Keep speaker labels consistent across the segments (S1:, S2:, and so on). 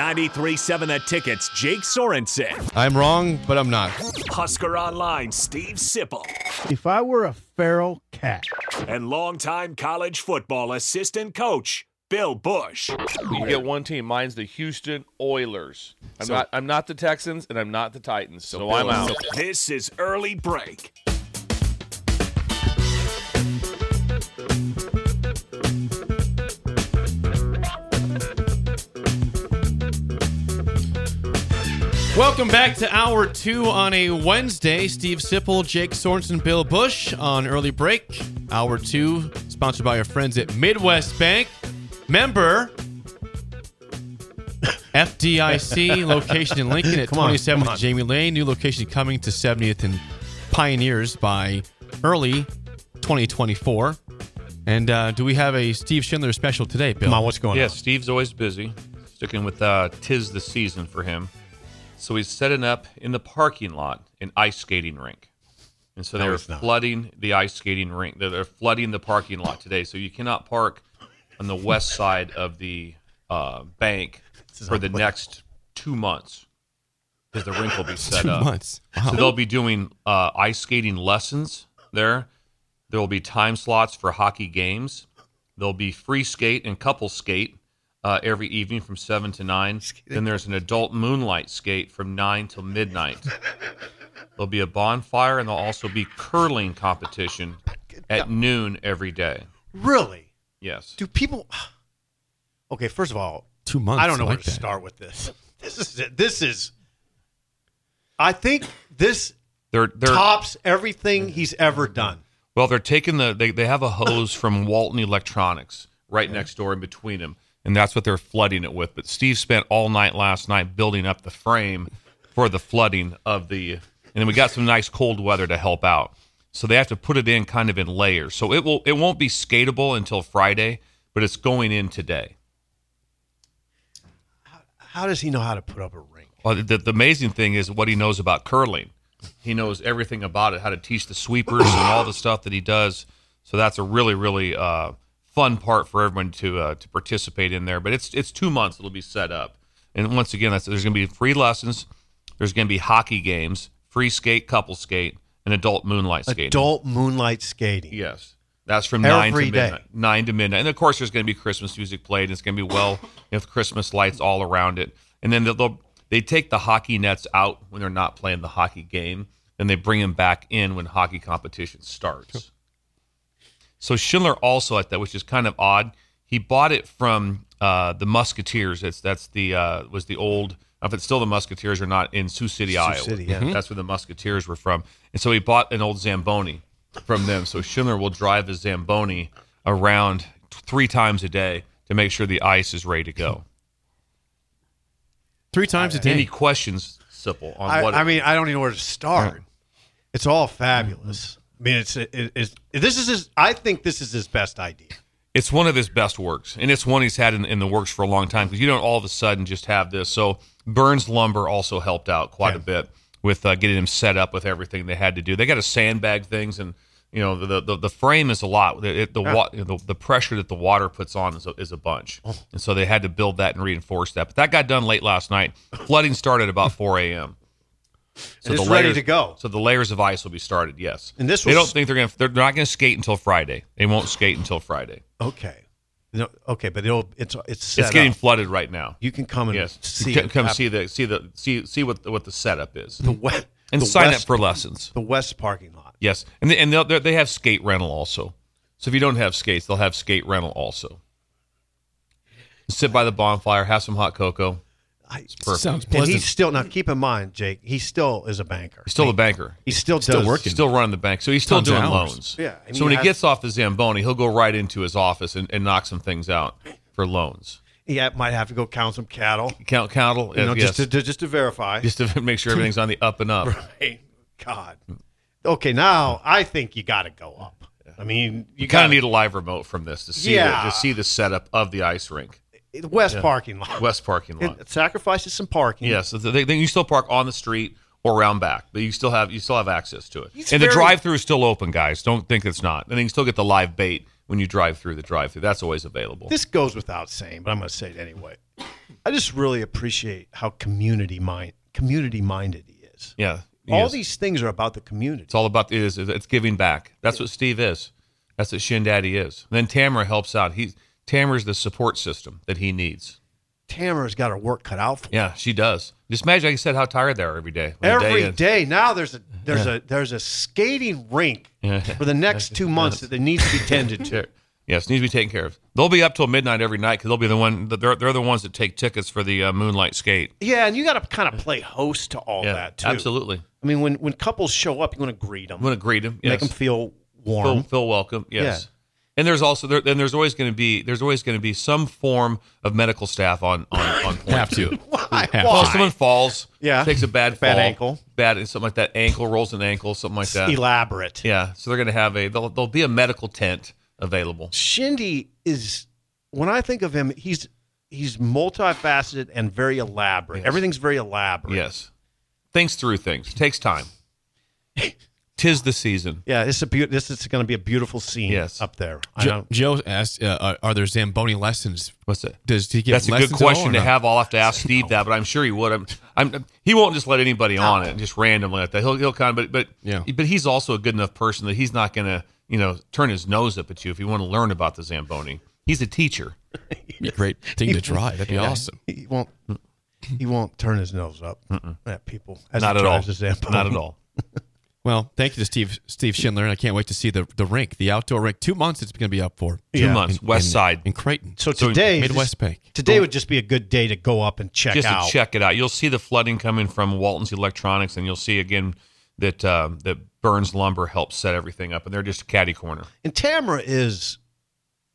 S1: 93.7 The Tickets, Jake Sorensen.
S2: I'm wrong, but I'm not.
S1: Husker Online, Steve Sipple.
S3: If I were a feral cat,
S1: And longtime college football assistant coach, Bill Bush.
S4: You get one team. Mine's the Houston Oilers. I'm not. I'm not the Texans, and I'm not the Titans. So, I'm out.
S1: This is Early Break.
S5: Welcome back to hour two on a Wednesday. Steve Sipple, Jake Sorensen, Bill Bush on early break. Hour two, sponsored by our friends at Midwest Bank. Member FDIC, location in Lincoln at
S2: Come on,
S5: 27th
S2: come on.
S5: Jamie Lane. New location coming to 70th and Pioneers by early 2024. And uh, do we have a Steve Schindler special today, Bill?
S2: Come on, what's going
S4: Yeah,
S2: on?
S4: Steve's always busy, sticking with uh, tis the season for him. So he's setting up in the parking lot an ice skating rink, and so
S2: No,
S4: they're
S2: it's not.
S4: flooding the ice skating rink. They're, they're flooding the parking lot today, so you cannot park on the west side of the uh, bank
S2: is
S4: for the
S2: unbelievable.
S4: next two months because the rink will be set
S5: Two
S4: up.
S5: months. Wow.
S4: So they'll be doing uh, ice skating lessons there. There will be time slots for hockey games. There'll be free skate and couple skate uh, every evening from seven to nine. Then there's an adult moonlight skate from nine till midnight. there'll be a bonfire and there'll also be curling competition at noon every day.
S2: Really?
S4: Yes.
S2: Do people? Okay, first of all,
S5: Two months.
S2: I don't know
S5: I
S2: where
S5: like
S2: to
S5: that.
S2: start with this. This is it. This is. I think this
S4: They're they're
S2: tops everything he's ever done.
S4: Well, they're taking the they, they have a hose from Walton Electronics right next door in between them, and that's what they're flooding it with. But Steve spent all night last night building up the frame for the flooding of the, and then we got some nice cold weather to help out. So they have to put it in kind of in layers. So it will it won't be skatable until Friday, but it's going in today.
S2: How does he know how to put up a rink?
S4: Well, the, the amazing thing is what he knows about curling. He knows everything about it, how to teach the sweepers and all the stuff that he does. So that's a really, really uh, fun part for everyone to uh, to participate in there. But it's it's two months it'll be set up, and once again, that's, there's going to be free lessons. There's going to be hockey games, free skate, couple skate, and adult moonlight skating.
S2: Adult moonlight skating.
S4: Yes. That's from nine to
S2: Every day.
S4: midnight. Nine to midnight, and of course, there's going to be Christmas music played. And it's going to be well with Christmas lights all around it, and then they'll, they'll they take the hockey nets out when they're not playing the hockey game, and they bring them back in when hockey competition starts. So Schindler also at that, which is kind of odd. He bought it from uh, the Musketeers. That's that's the uh, was the old. I don't know If it's still the Musketeers or not in Sioux City, Iowa, Mm-hmm.
S2: City, yeah.
S4: that's where the Musketeers were from. And so he bought an old Zamboni from them. So Schindler will drive his Zamboni around t- three times a day to make sure the ice is ready to go.
S5: Three times a
S4: Any
S5: day.
S4: questions, Sipple, on
S2: I,
S4: what?
S2: I mean, I don't even know where to start. It's all fabulous. I mean, it's it, it's this is his. I think this is his best idea.
S4: it's one of his best works, and it's one he's had in, in the works for a long time because you don't all of a sudden just have this. So Burns Lumber also helped out quite a bit with uh, getting him set up with everything they had to do. They got to sandbag things, and you know the the, the frame is a lot. The it, the, wa- the the pressure that the water puts on is a, is a bunch,
S2: Oh.
S4: and so they had to build that and reinforce that. But that got done late last night. Flooding started about four a.m. So
S2: it's ready to go.
S4: So the layers of ice will be started. Yes,
S2: And this
S4: they
S2: was-
S4: don't think they're going. to They're not going to skate until Friday. They won't skate until Friday.
S2: Okay, no, okay, but it'll it's it's set
S4: it's getting
S2: up.
S4: flooded right now.
S2: You can come and
S4: yes,
S2: see.
S4: C-
S2: it
S4: come
S2: happen.
S4: see the see the see see what what the setup is,
S2: the west
S4: and
S2: the
S4: sign
S2: west,
S4: up for lessons.
S2: the west parking lot.
S4: Yes, and they, and they'll, they're- they have skate rental also. So if you don't have skates, they'll have skate rental also. Sit by the bonfire, have some hot cocoa.
S2: I,
S4: Perfect.
S5: Sounds
S2: and
S5: pleasant.
S2: he's still now. Keep in mind, Jake. He still is a banker.
S4: He's still a banker.
S2: He still
S5: Still
S2: does,
S5: working.
S4: Still running the bank, so he's still
S5: Tons of
S4: doing
S5: hours.
S4: loans.
S2: Yeah, and
S4: so when
S2: he
S4: he
S2: has-
S4: gets off the Zamboni, he'll go right into his office and, and knock some things out for loans.
S2: He ha- might have to go count some cattle,
S4: Count cattle,
S2: you know,
S4: yes.
S2: just to, to just to verify.
S4: just to make sure everything's on the up and up.
S2: Hey, God. Okay, now I think you got to go up. I mean,
S4: You
S2: you
S4: kind
S2: got
S4: of need a live remote from this to see
S2: Yeah.
S4: the, to see the setup of the ice rink,
S2: the west parking lot.
S4: west parking lot.
S2: It sacrifices some parking.
S4: Yes, yeah, so they, they, you still park on the street or around back, but you still have you still have access to it.
S2: It's
S4: and the
S2: very-
S4: drive-through is still open, guys. Don't think it's not. And you can still get the live bait when you drive through the drive-through. That's always available.
S2: This goes without saying, but I'm going to say it anyway. I just really appreciate how community mind community minded he is.
S4: yeah,
S2: All
S4: yes.
S2: these things are about the community.
S4: It's all about it is it's giving back. That's what Steve is. That's what Shin Daddy is. And then Tamara helps out. He's Tamara's the support system that he needs.
S2: Tamara's got her work cut out for
S4: Yeah, she does. Just imagine, like I said, how tired they are every day. when
S2: her.
S4: the
S2: Every
S4: ends.
S2: day now, there's a there's a there's a skating rink for the next two months that needs to be tended to.
S4: Sure. Yes, needs to be taken care of. They'll be up till midnight every night because they'll be the one. They're, they're the ones that take tickets for the uh, moonlight skate.
S2: Yeah, and you got to kind of play host to all
S4: yeah,
S2: that too.
S4: absolutely.
S2: I mean, when when couples show up, you want to greet them,
S4: I'm going to greet them.
S2: make them feel
S4: feel,
S2: warm.
S4: feel welcome. Yes. And there's also there, and there's always going to be there's always going to be some form of medical staff on on on point.
S5: Have to.
S2: Why?
S5: Yeah.
S4: Well,
S2: Why?
S4: if someone falls,
S2: Yeah.
S4: takes a bad
S2: Bad
S4: fall,
S2: ankle.
S4: bad something like that, ankle rolls an ankle, something like
S2: It's
S4: that.
S2: elaborate.
S4: Yeah, so they're gonna have a there'll, there'll be a medical tent available.
S2: Shindy is when I think of him, he's he's multifaceted and very elaborate. Everything's very elaborate.
S4: Yes, thinks through things, takes time. Tis the season.
S2: Yeah, this is a beau- this is going to be a beautiful scene
S4: Yes.
S2: up there. I
S5: Joe,
S2: don't,
S5: Joe asked, uh, are- "Are there Zamboni lessons?
S4: What's it?
S5: Does he give
S4: That's a good
S5: lessons at all or
S4: question to
S5: not?
S4: have. I'll have to ask Steve that, but I'm sure he would. I'm, I'm he won't just let anybody on it just randomly like that. He'll he'll kind of but but
S5: Yeah.
S4: but he's also a good enough person that he's not gonna you know turn his nose up at you if you want to learn about the zamboni. He's a teacher.
S5: Be a great thing to try. That'd be awesome.
S2: he won't he won't turn his nose up at people. As
S4: Not
S2: he
S4: at all.
S2: drives his Zamboni.
S4: Not at all.
S5: Well, thank you to Steve Steve Schindler, and I can't wait to see the the rink, the outdoor rink. Two months it's going to be up for.
S4: Two
S2: Yeah.
S4: months, West
S5: in,
S4: Side.
S5: in Creighton.
S2: So
S4: So
S2: today,
S5: Midwest
S2: just,
S5: Bank.
S2: today would just be a good day to go up and check
S4: just
S2: out.
S4: to check it out. You'll see the flooding coming from Walton's Electronics, and you'll see again that um, that Burns Lumber helps set everything up, and they're just a caddy corner.
S2: And Tamara is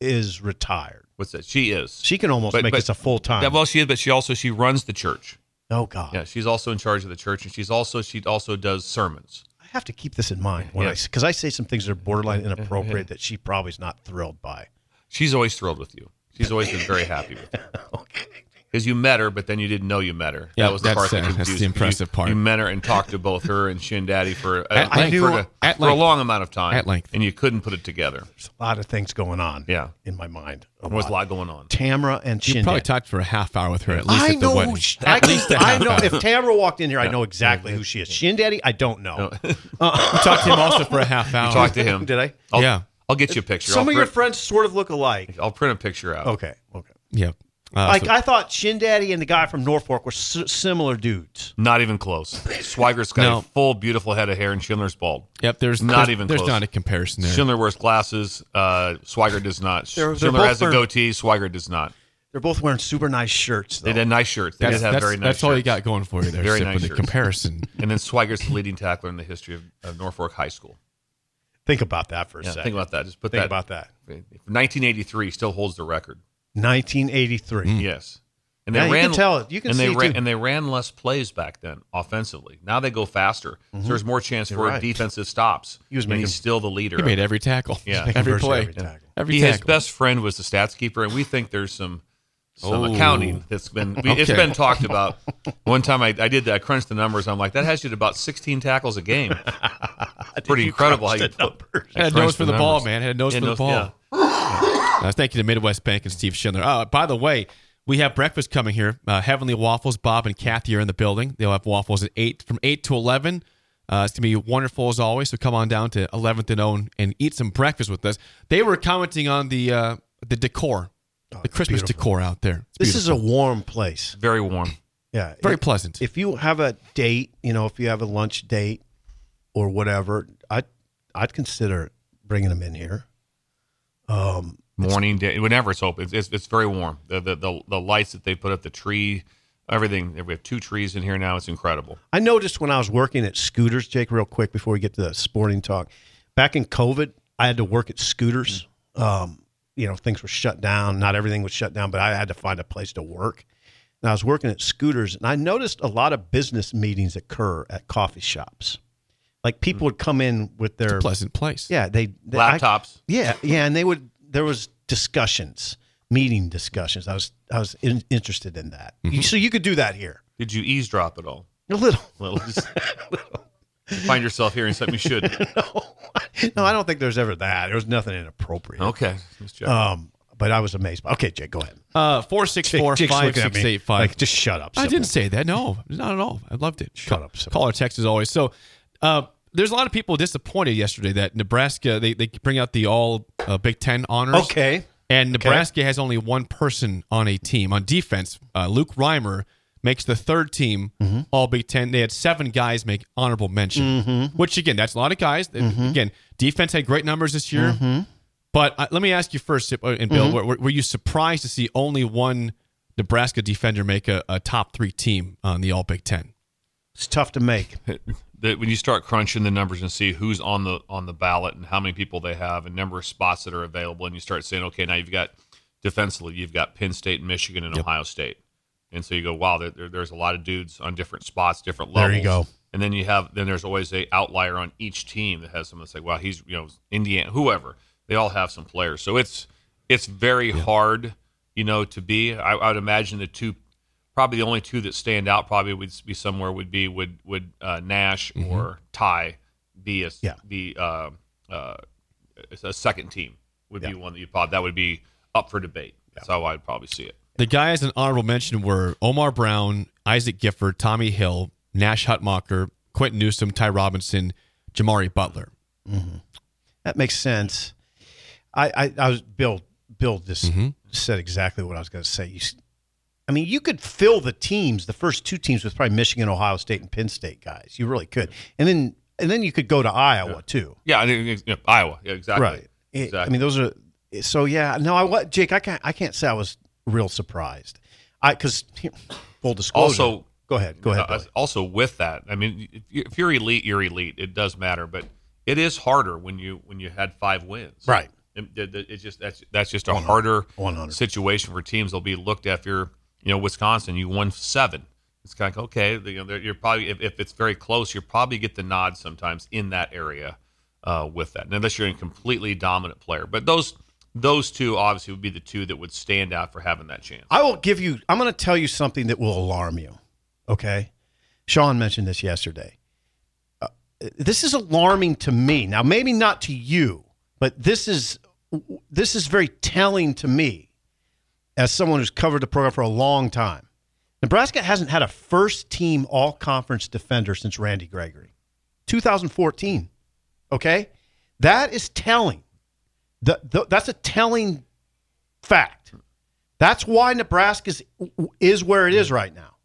S2: is retired.
S4: What's that? She is.
S2: She can almost
S4: But-
S2: make
S4: but-
S2: this a full time.
S4: Yeah, well, she is, but she also she runs the church.
S2: oh God,
S4: Yeah, she's also in charge of the church, and she's also she also does sermons.
S2: I have to keep this in mind when I
S4: Yeah.
S2: because I say some things that are borderline inappropriate that she probably is not thrilled by.
S4: She's always thrilled with you. She's always been very happy with you
S2: Okay.
S4: because you met her, but then you didn't know you met her.
S5: Yeah,
S4: that was the
S5: that's,
S4: part that
S5: uh, that's
S4: confused
S5: the
S4: you.
S5: impressive
S4: You-
S5: part.
S4: You met her and talked to both her and Shin Daddy for, uh,
S5: At
S4: for,
S5: length.
S4: a-
S5: At
S4: for a
S5: length.
S4: long amount of time,
S5: At length.
S4: and you couldn't put it together.
S2: There's a lot of things going on.
S4: Yeah.
S2: in my mind. A
S4: There was a
S2: lot.
S4: lot going on.
S2: Tamara and
S5: You
S2: Shindy.
S5: probably talked for a half hour with her at least
S2: I
S5: at the
S2: know.
S5: wedding.
S2: sh- I, can,
S5: least at
S2: I
S5: half
S2: know.
S5: hour.
S2: If Tamara walked in here, I know exactly who she is. Shin Daddy, I don't know.
S5: You talked to him also for a half hour.
S4: Talk to him.
S2: Did I?
S4: I'll,
S5: Yeah.
S4: I'll get you a picture.
S2: Some
S4: I'll
S2: of your
S4: print-
S2: friends sort of look alike.
S4: I'll print a picture out.
S2: Okay. Okay.
S5: Yeah. Uh,
S2: Like
S5: so-
S2: I thought, Shin Daddy and the guy from Norfolk were s- similar dudes.
S4: Not even close. Swiger's got
S5: No.
S4: a full, beautiful head of hair, and Schindler's bald.
S5: yep. There's
S4: Not
S5: there's-
S4: even
S5: There's
S4: close.
S5: not a comparison there.
S4: Schindler wears glasses. Uh, Swiger does not.
S2: They're- they're
S4: Schindler
S2: both
S4: has a
S2: wearing-
S4: goatee. Swiger does not.
S2: They're both wearing super nice shirts. Though.
S4: They had nice shirts. They
S5: that's
S4: did have
S5: that's,
S4: very nice.
S5: that's all you
S4: shirts.
S5: got going for you there.
S4: Very
S5: Sip,
S4: nice
S5: with the
S4: shirts.
S5: comparison.
S4: And then Swiger's the leading tackler in the history of, of Norfolk High School.
S2: Think about that for a
S4: Yeah,
S2: second.
S4: think about that. Just put
S2: Think
S4: that.
S2: about that.
S4: 1983 still holds the record.
S2: 1983.
S4: Yes. And
S2: Yeah, you can tell it. You can
S4: and they
S2: see,
S4: ran,
S2: too.
S4: And they ran less plays back then offensively. Now they go faster. So there's more chance for
S2: right.
S4: defensive stops.
S2: He was
S4: and
S2: making-
S4: he's still the leader.
S5: He made every tackle.
S4: Yeah.
S5: Every
S2: Virtually
S5: play.
S2: every tackle.
S5: Every
S4: He-
S5: tackle.
S4: his best friend was the stats keeper, and we think there's some some
S5: Oh.
S4: accounting that's been we, it's
S5: Okay.
S4: been talked about. One time I, I did that, I crunched the numbers. I'm like, that has you at about 16 tackles a game. It's pretty incredible how you put,
S5: Had a nose for the ball, man. Had a nose
S4: Yeah,
S5: for the
S4: nose-
S5: ball.
S4: yeah.
S5: Uh, thank you to Midwest Bank and Steve Schindler. Uh, by the way, we have breakfast coming here. Uh, Heavenly Waffles, Bob and Kathy are in the building. They'll have waffles at eight from eight to eleven. Uh, it's gonna be wonderful as always. So come on down to Eleventh and Own and eat some breakfast with us. They were commenting on the uh, the decor, the Christmas decor out there. It's
S2: Oh, This
S5: beautiful.
S2: is a warm place.
S4: Very warm.
S2: Yeah.
S5: very
S2: If-
S5: pleasant.
S2: If you have a date, you know, if you have a lunch date or whatever, I I'd consider bringing them in here.
S4: Morning, day, whenever it's open, it's, it's, it's very warm. The, the the the lights that they put up, the tree, everything. We have two trees in here now. It's incredible.
S2: I noticed when I was working at Scooters, Jake, real quick before we get to the sporting talk, back in COVID, I had to work at Scooters. Um, you know things were shut down. Not everything was shut down, but I had to find a place to work. And I was working at Scooters, and I noticed a lot of business meetings occur at coffee shops. Like people would come in with their
S5: pleasant place.
S2: yeah, they, they I-
S4: Laptops.
S2: yeah, yeah, and they would. There was discussions, meeting discussions. I was I was in, interested in that. You- So you could do that here
S4: Did you eavesdrop at all?
S2: a little.
S4: Little, just find yourself hearing something you shouldn't.
S2: no, no, I don't think there's ever that. There was nothing inappropriate.
S4: Okay. Let's check.
S2: Um, but I was amazed. by- Okay, Jake, go ahead.
S5: Uh, four six
S2: Jake-
S5: four
S2: Jake's
S5: five
S2: looking at
S5: six
S2: me
S5: eight five.
S2: Like, just shut up.
S5: I didn't
S2: Sybil.
S5: say that. No, not at all. I loved it.
S2: Shut
S5: Call-
S2: up, Sybil.
S5: Call or text as always. So, uh, there's a lot of people disappointed yesterday that Nebraska they, they bring out the all uh, Big Ten honors.
S2: Okay.
S5: And Nebraska has only one person on a team on defense. Uh, Luke Reimer makes the third team All Big Ten. They had seven guys make honorable mention, which again, that's a lot of guys. Again, defense had great numbers this year. But uh, let me ask you first, Sip- uh, and Bill, were, were you surprised to see only one Nebraska defender make a, a top three team on the All Big Ten?
S2: It's tough to make.
S4: that when you start crunching the numbers and see who's on the on the ballot and how many people they have and number of spots that are available and you start saying okay now you've got defensively you've got Penn State and Michigan and Ohio State and so you go wow there, there- there's a lot of dudes on different spots different levels
S2: There you go.
S4: and then you have then there's always a outlier on each team that has someone that's like wow he's you know Indiana whoever they all have some players so it's it's very hard you know to be I, I would imagine the two probably the only two that stand out probably would be somewhere would be would would uh, Nash or Ty be a
S2: Mm-hmm. Yeah.
S4: be uh, uh, a second team would
S2: Yeah.
S4: be one that you thought that would be up for debate. That's how I'd probably see it.
S5: The guys in honorable mention were Omar Brown, Isaac Gifford, Tommy Hill, Nash Hutmacher, Quentin Newsom, Ty Robinson, Jamari Butler.
S2: That makes sense. I, I, I was Bill. Bill just said exactly what I was going to say. You, s- I mean, you could fill the teams, the first two teams, with probably Michigan, Ohio State, and Penn State guys. You really could, and then and then you could go to Iowa too.
S4: Yeah, I think you know, Iowa. Yeah, exactly.
S2: Right. It-
S4: Exactly.
S2: I mean, those are so. Yeah. No, I what Jake. I can't. I can't say I was real surprised. I because full disclosure.
S4: Also-
S2: go ahead. Go ahead.
S4: Uh,
S2: Billy.
S4: also, with that, I mean, if you- if you're elite, you're elite. It does matter, but it is harder when you when you had five wins.
S2: Right.
S4: It- it- It's just that's that's just a harder
S2: 100.
S4: situation for teams. They'll be looked at. If you're you know Wisconsin, you won seven. It's kind of like, okay. You know, they're- you're probably if, if it's very close, you probably get the nod sometimes in that area uh, with that, and unless you're a completely dominant player. But those those two obviously would be the two that would stand out for having that chance.
S2: I will give you. I'm going to tell you something that will alarm you. Okay. Sean mentioned this yesterday. Uh, this is alarming to me. Now, maybe not to you, but this is this is very telling to me as someone who's covered the program for a long time. Nebraska hasn't had a first team all conference defender since Randy Gregory. 2014. Okay? That is telling. Th- th- that's a telling fact. That's why Nebraska's is where it is right now.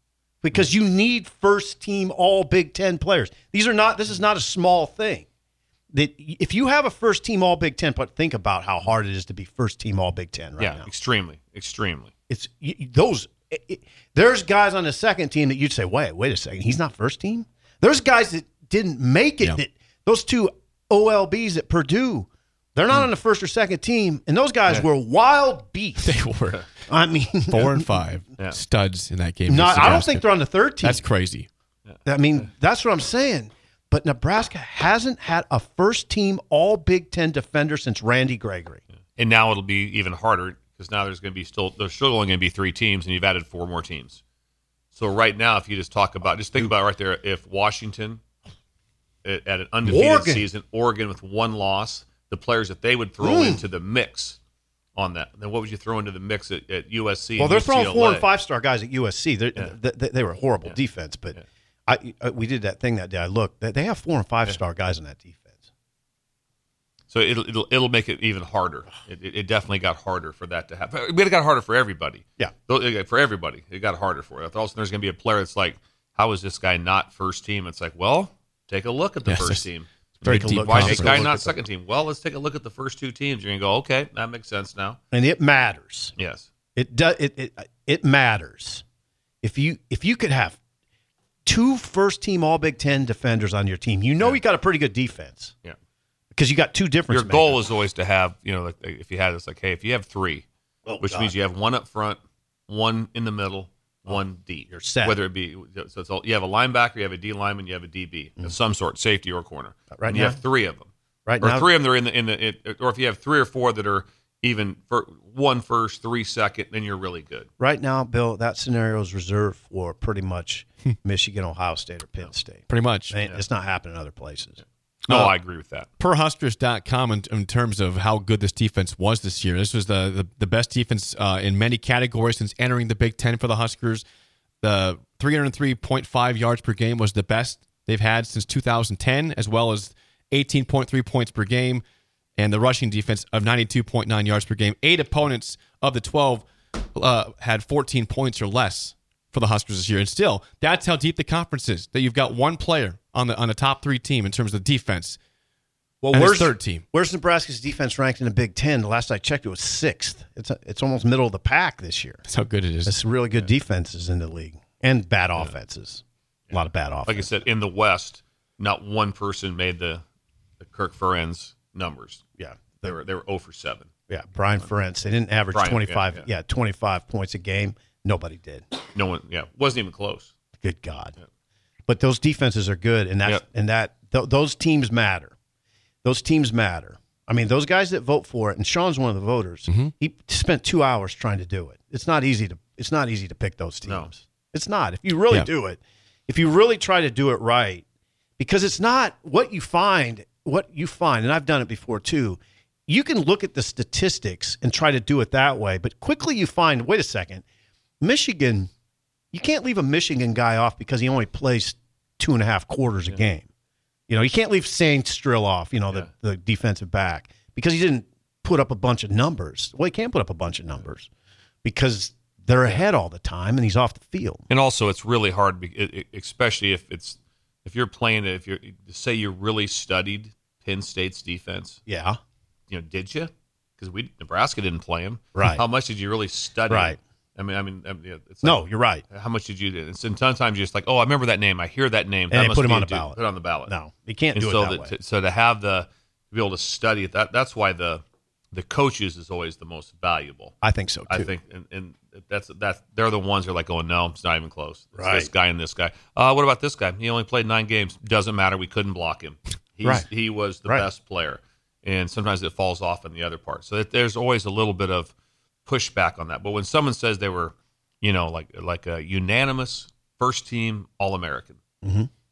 S2: Because you need first team all Big 10 players. These are not this is not a small thing. That if you have a first team all Big 10, but think about how hard it is to be first team all Big 10 right
S4: yeah,
S2: now.
S4: extremely, extremely.
S2: It's y- y- those. It, it- there's guys on the second team that you'd say, wait, wait a second, he's not first team. There's guys that didn't make it. That those two OLBs at Purdue, they're
S5: Hmm.
S2: not on the first or second team, and those guys were wild beasts.
S5: They were
S2: I mean,
S5: four and five
S4: Yeah.
S5: studs in that game.
S2: not,
S5: against
S2: I don't
S5: Nebraska.
S2: think they're on the third team.
S5: that's crazy.
S2: I mean, that's what I'm saying. But Nebraska hasn't had a first team All Big Ten defender since Randy Gregory.
S4: and now it'll be even harder because now there's going to be still there's still only going to be three teams, and you've added four more teams. So right now, if you just talk about just think about right there, if Washington at at an undefeated
S2: Oregon.
S4: season, Oregon with one loss, the players that they would throw into the mix on that, then what would you throw into the mix at, at USC?
S2: Well,
S4: and
S2: they're throwing four and
S4: UCLA?
S2: five star guys at USC. They're- They, they, they were horrible defense, but I, I we did that thing that day. I looked. They, they have four and five star guys in that defense.
S4: So it'll, it'll it'll make it even harder. It, it it definitely got harder for that to happen. But It got harder for everybody.
S2: Yeah.
S4: Though- it got- for everybody, it got harder for it. All of a sudden, there's going to be a player that's like, "How is this guy not first team?" It's like, well, take a look at the
S5: Yes,
S4: first
S5: it's
S4: team.
S5: Very
S2: Take a
S5: deep.
S2: look.
S4: Why is
S2: Take
S4: this
S2: a
S4: guy
S2: look
S4: not
S2: at
S4: second team? Well, let's take a look at the first two teams. You're going to go, okay, that makes sense now.
S2: And it matters.
S4: Yes.
S2: It does. It, it it matters. If you if you could have two first team All Big Ten defenders on your team, you know you got a pretty good defense.
S4: Yeah.
S2: because you got two difference.
S4: Your goal is always to have, you know, like, if you had it's like, hey, if you have three,
S2: Oh,
S4: which means you have one up front, one in the middle, one deep. You're
S2: Oh, set.
S4: Whether it be so, it's all, you have a linebacker, you have a D lineman, you have a DB of some sort, safety or corner.
S2: Mm. Right
S4: And you
S2: now-
S4: have three of them,
S2: right
S4: or
S2: now.
S4: three of them that are in the in the, it, or if you have three or four that are even for one first, three second, then you're really good.
S2: Right now, Bill, that scenario is reserved for pretty much
S4: Hmm.
S2: Michigan, Ohio State, or Penn State.
S5: Pretty much.
S2: Man, It's not happening in other places.
S4: No,
S2: Oh.
S5: Uh,
S4: I agree with that.
S5: per Huskers.com in, in terms of how good this defense was this year. This was the the, the best defense uh, in many categories since entering the Big Ten for the Huskers. The 303.5 yards per game was the best they've had since 2010, as well as 18.3 points per game, and the rushing defense of 92.9 yards per game. Eight opponents of the 12 uh, had 14 points or less for the Huskers this year, and still, that's how deep the conference is. That you've got one player on the on the top three team in terms of defense.
S2: Well,
S5: And it's third team.
S2: Where's Nebraska's defense ranked in the Big Ten? The last I checked, it was sixth. It's it's almost middle of the pack this year.
S5: That's how good it is.
S2: It's really good defenses in the league and bad offenses. A lot of bad offenses.
S4: Like I said, in the West, not one person made the, the Kirk Ferentz numbers.
S2: yeah,
S4: They were they were 0 for seven.
S2: yeah. Brian Ferentz. They didn't average
S4: Brian, yeah,
S2: twenty five.
S4: yeah.
S2: Yeah, twenty five points a game. Nobody did.
S4: No one, yeah, wasn't even close.
S2: Good God. But those defenses are good, and that
S4: Yep.
S2: and that th- those teams matter. Those teams matter. I mean, those guys that vote for it, and Sean's one of the voters. He spent two hours trying to do it. It's not easy to. It's not easy to pick those teams.
S4: No.
S2: It's not. If you really
S5: Yeah.
S2: do it, if you really try to do it right, because it's not what you find. What you find, and I've done it before too. You can look at the statistics and try to do it that way, but quickly you find. Wait a second, Michigan you can't leave a Michigan guy off because he only plays two and a half quarters a game. You know, you can't leave Saint Strill off, you know, the, the defensive back, because he didn't put up a bunch of numbers. Well, he can't put up a bunch of numbers because they're ahead all the time and he's off the field.
S4: And also, it's really hard, be- it- it- especially if it's if you're playing if you're say you really studied Penn State's defense.
S2: Yeah.
S4: You know, did you? Because we Nebraska didn't play him.
S2: Right.
S4: How much did you really study?
S2: Right.
S4: I mean, I mean, I mean, yeah, it's
S2: No,
S4: like,
S2: you're right.
S4: How much did you do? And sometimes you're just like, oh, I remember that name. I hear that name.
S2: And
S4: That
S2: they
S4: must
S2: put him
S4: be
S2: on
S4: a
S2: the
S4: dude.
S2: ballot.
S4: Put it on the ballot.
S2: No, you can't
S4: and
S2: do
S4: so
S2: it that
S4: the-
S2: way.
S4: to- so to have the to be able to study it, that that's why the the coaches is always the most valuable.
S2: I think so too.
S4: I think, and, and that's that's they're the ones who are like, oh no, it's not even close. It's
S2: Right.
S4: This guy and this guy. Uh, what about this guy? He only played nine games. Doesn't matter. We couldn't block him. He's,
S2: Right.
S4: He was the
S2: Right.
S4: best player, and sometimes it falls off in the other part. So that there's always a little bit of pushback on that. But when someone says they were, you know, like like a unanimous first team All American,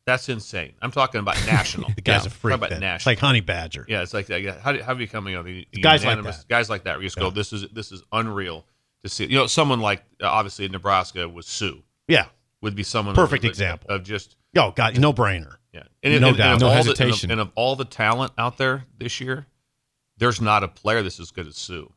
S4: that's insane. I'm talking about national.
S2: Mm-hmm. the guy's
S4: Yeah.
S2: a freak.
S4: I'm talking about
S2: then. It's
S4: national.
S2: like Honey Badger.
S4: Yeah, it's like that. Yeah, How do, how do you come, you know, the
S2: Guys like
S4: unanimous-
S2: that.
S4: Guys like that. Where you just go, this is this is unreal to see. You know, someone like uh, obviously in Nebraska was Sue
S2: Yeah.
S4: would be someone
S2: Perfect
S4: of-
S2: example.
S4: of just
S2: Oh, God, no brainer.
S4: yeah, and, and-
S2: No
S4: and
S2: doubt.
S4: of
S5: No
S4: all the-
S5: hesitation.
S4: and, of, and of all the talent out there this year, there's not a player that's as good as Sue.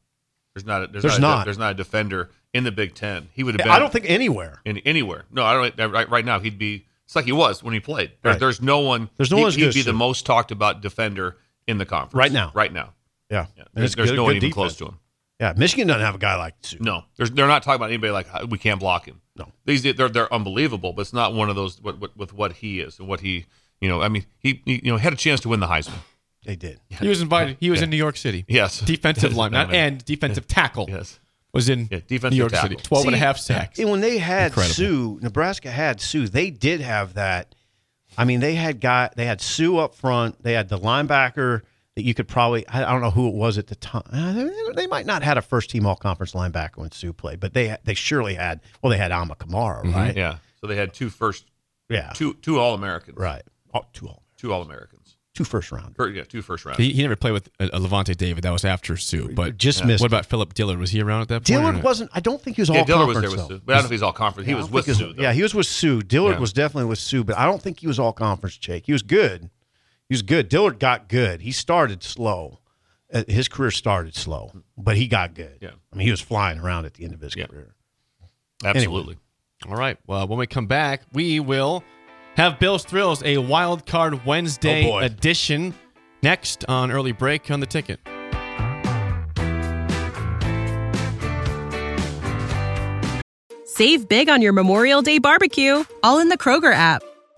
S4: There's not. A, there's,
S2: There's
S4: not. a-
S2: not.
S4: there's not a defender in the Big Ten. He would have been.
S2: I don't think anywhere.
S4: in anywhere. No, I don't. Right, right now, he'd be. It's like he was when he played. There-
S2: Right.
S4: There's no one.
S2: There's no
S4: he,
S2: one as good
S4: He'd
S2: as
S4: be the
S2: Sue.
S4: most talked about defender in the conference
S2: Right now.
S4: Right now.
S2: Yeah.
S4: Yeah.
S2: And
S4: There's,
S2: it's
S4: there's
S2: good-
S4: no one
S2: good
S4: even close
S2: defense.
S4: to him.
S2: Yeah. Michigan doesn't have a guy like Sue.
S4: No, there's, they're not talking about anybody like "Ah, we can't block him.
S2: No.
S4: these they're they're unbelievable, but it's not one of those what, what, with what he is and what he you know. I mean, he, he you know had a chance to win the Heisman.
S2: They did.
S5: He was invited. He was in New York City.
S4: Yes.
S5: Defensive line,
S4: No,
S5: not
S4: man.
S5: end, defensive tackle.
S4: Yes,
S5: Was in
S4: Yeah, defensive
S5: New York
S4: tackle.
S5: City. 12 and a
S2: See,
S5: half sacks.
S2: And when they had
S5: Incredible.
S2: Sue, Nebraska had Sue. They did have that. I mean, they had guy. They had Sue up front. They had the linebacker that you could probably. I I don't know who it was at the time. Uh, they- They might not had a first team all conference linebacker when Sue played, but they they surely had. Well, they had Alma Kamara, right?
S4: yeah. So they had two first
S2: Yeah,
S4: two two All Americans.
S2: right. Oh, two all,
S4: Two All Americans.
S2: two first round.
S4: Yeah, two first round.
S5: He, he never played with uh, Levante David. That was after Sue. But
S2: Just missed.
S5: What about Phillip Dillard? Was he around at that point? or
S2: Dillard
S5: not?
S2: wasn't. I don't think he was
S4: yeah,
S2: all
S4: Dillard was
S2: conference
S4: there with
S2: though.
S4: Sue, but I don't know if he's all conference.
S2: Yeah,
S4: he
S2: I
S4: was
S2: don't
S4: with
S2: think
S4: Sue.
S2: his-
S4: Though.
S2: Yeah, he was with Sue. Dillard
S4: Yeah.
S2: was definitely with Sue, but I don't think he was all conference Jake. He was good. He was good. Dillard got good. He started slow. Uh, His career started slow, but he got good.
S4: Yeah.
S2: I mean, he was flying around at the end of his
S4: Yeah.
S2: career.
S4: absolutely.
S5: All right. Well, when we come back, we will have Bill's Thrills, a wild card Wednesday
S2: Oh, boy.
S5: edition, next on early break on the ticket.
S6: Save big on your Memorial Day barbecue, all in the Kroger app.